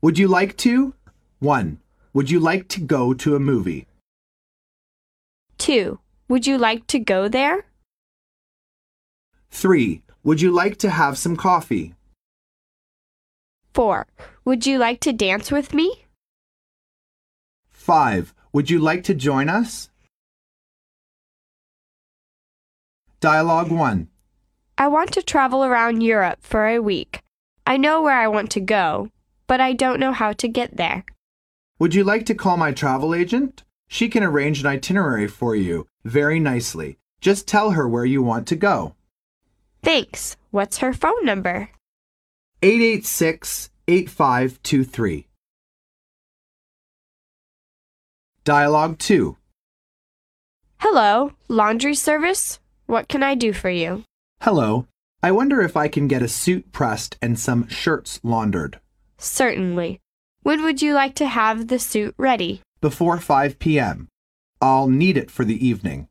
Would you like to? 1. Would you like to go to a movie? 2. Would you like to go there? 3. Would you like to have some coffee? 4. Would you like to dance with me? 5. Would you like to join us? Dialogue 1. I want to travel around Europe for a week. I know where I want to go, but I don't know how to get there. Would you like to call my travel agent? She can arrange an itinerary for you very nicely. Just tell her where you want to go. Thanks. What's her phone number? 886 8523. Dialogue 2. Hello, laundry service? What can I do for you? Hello. I wonder if I can get a suit pressed and some shirts laundered Certainly. When would you like to have the suit ready? before 5 p.m. I'll need it for the evening.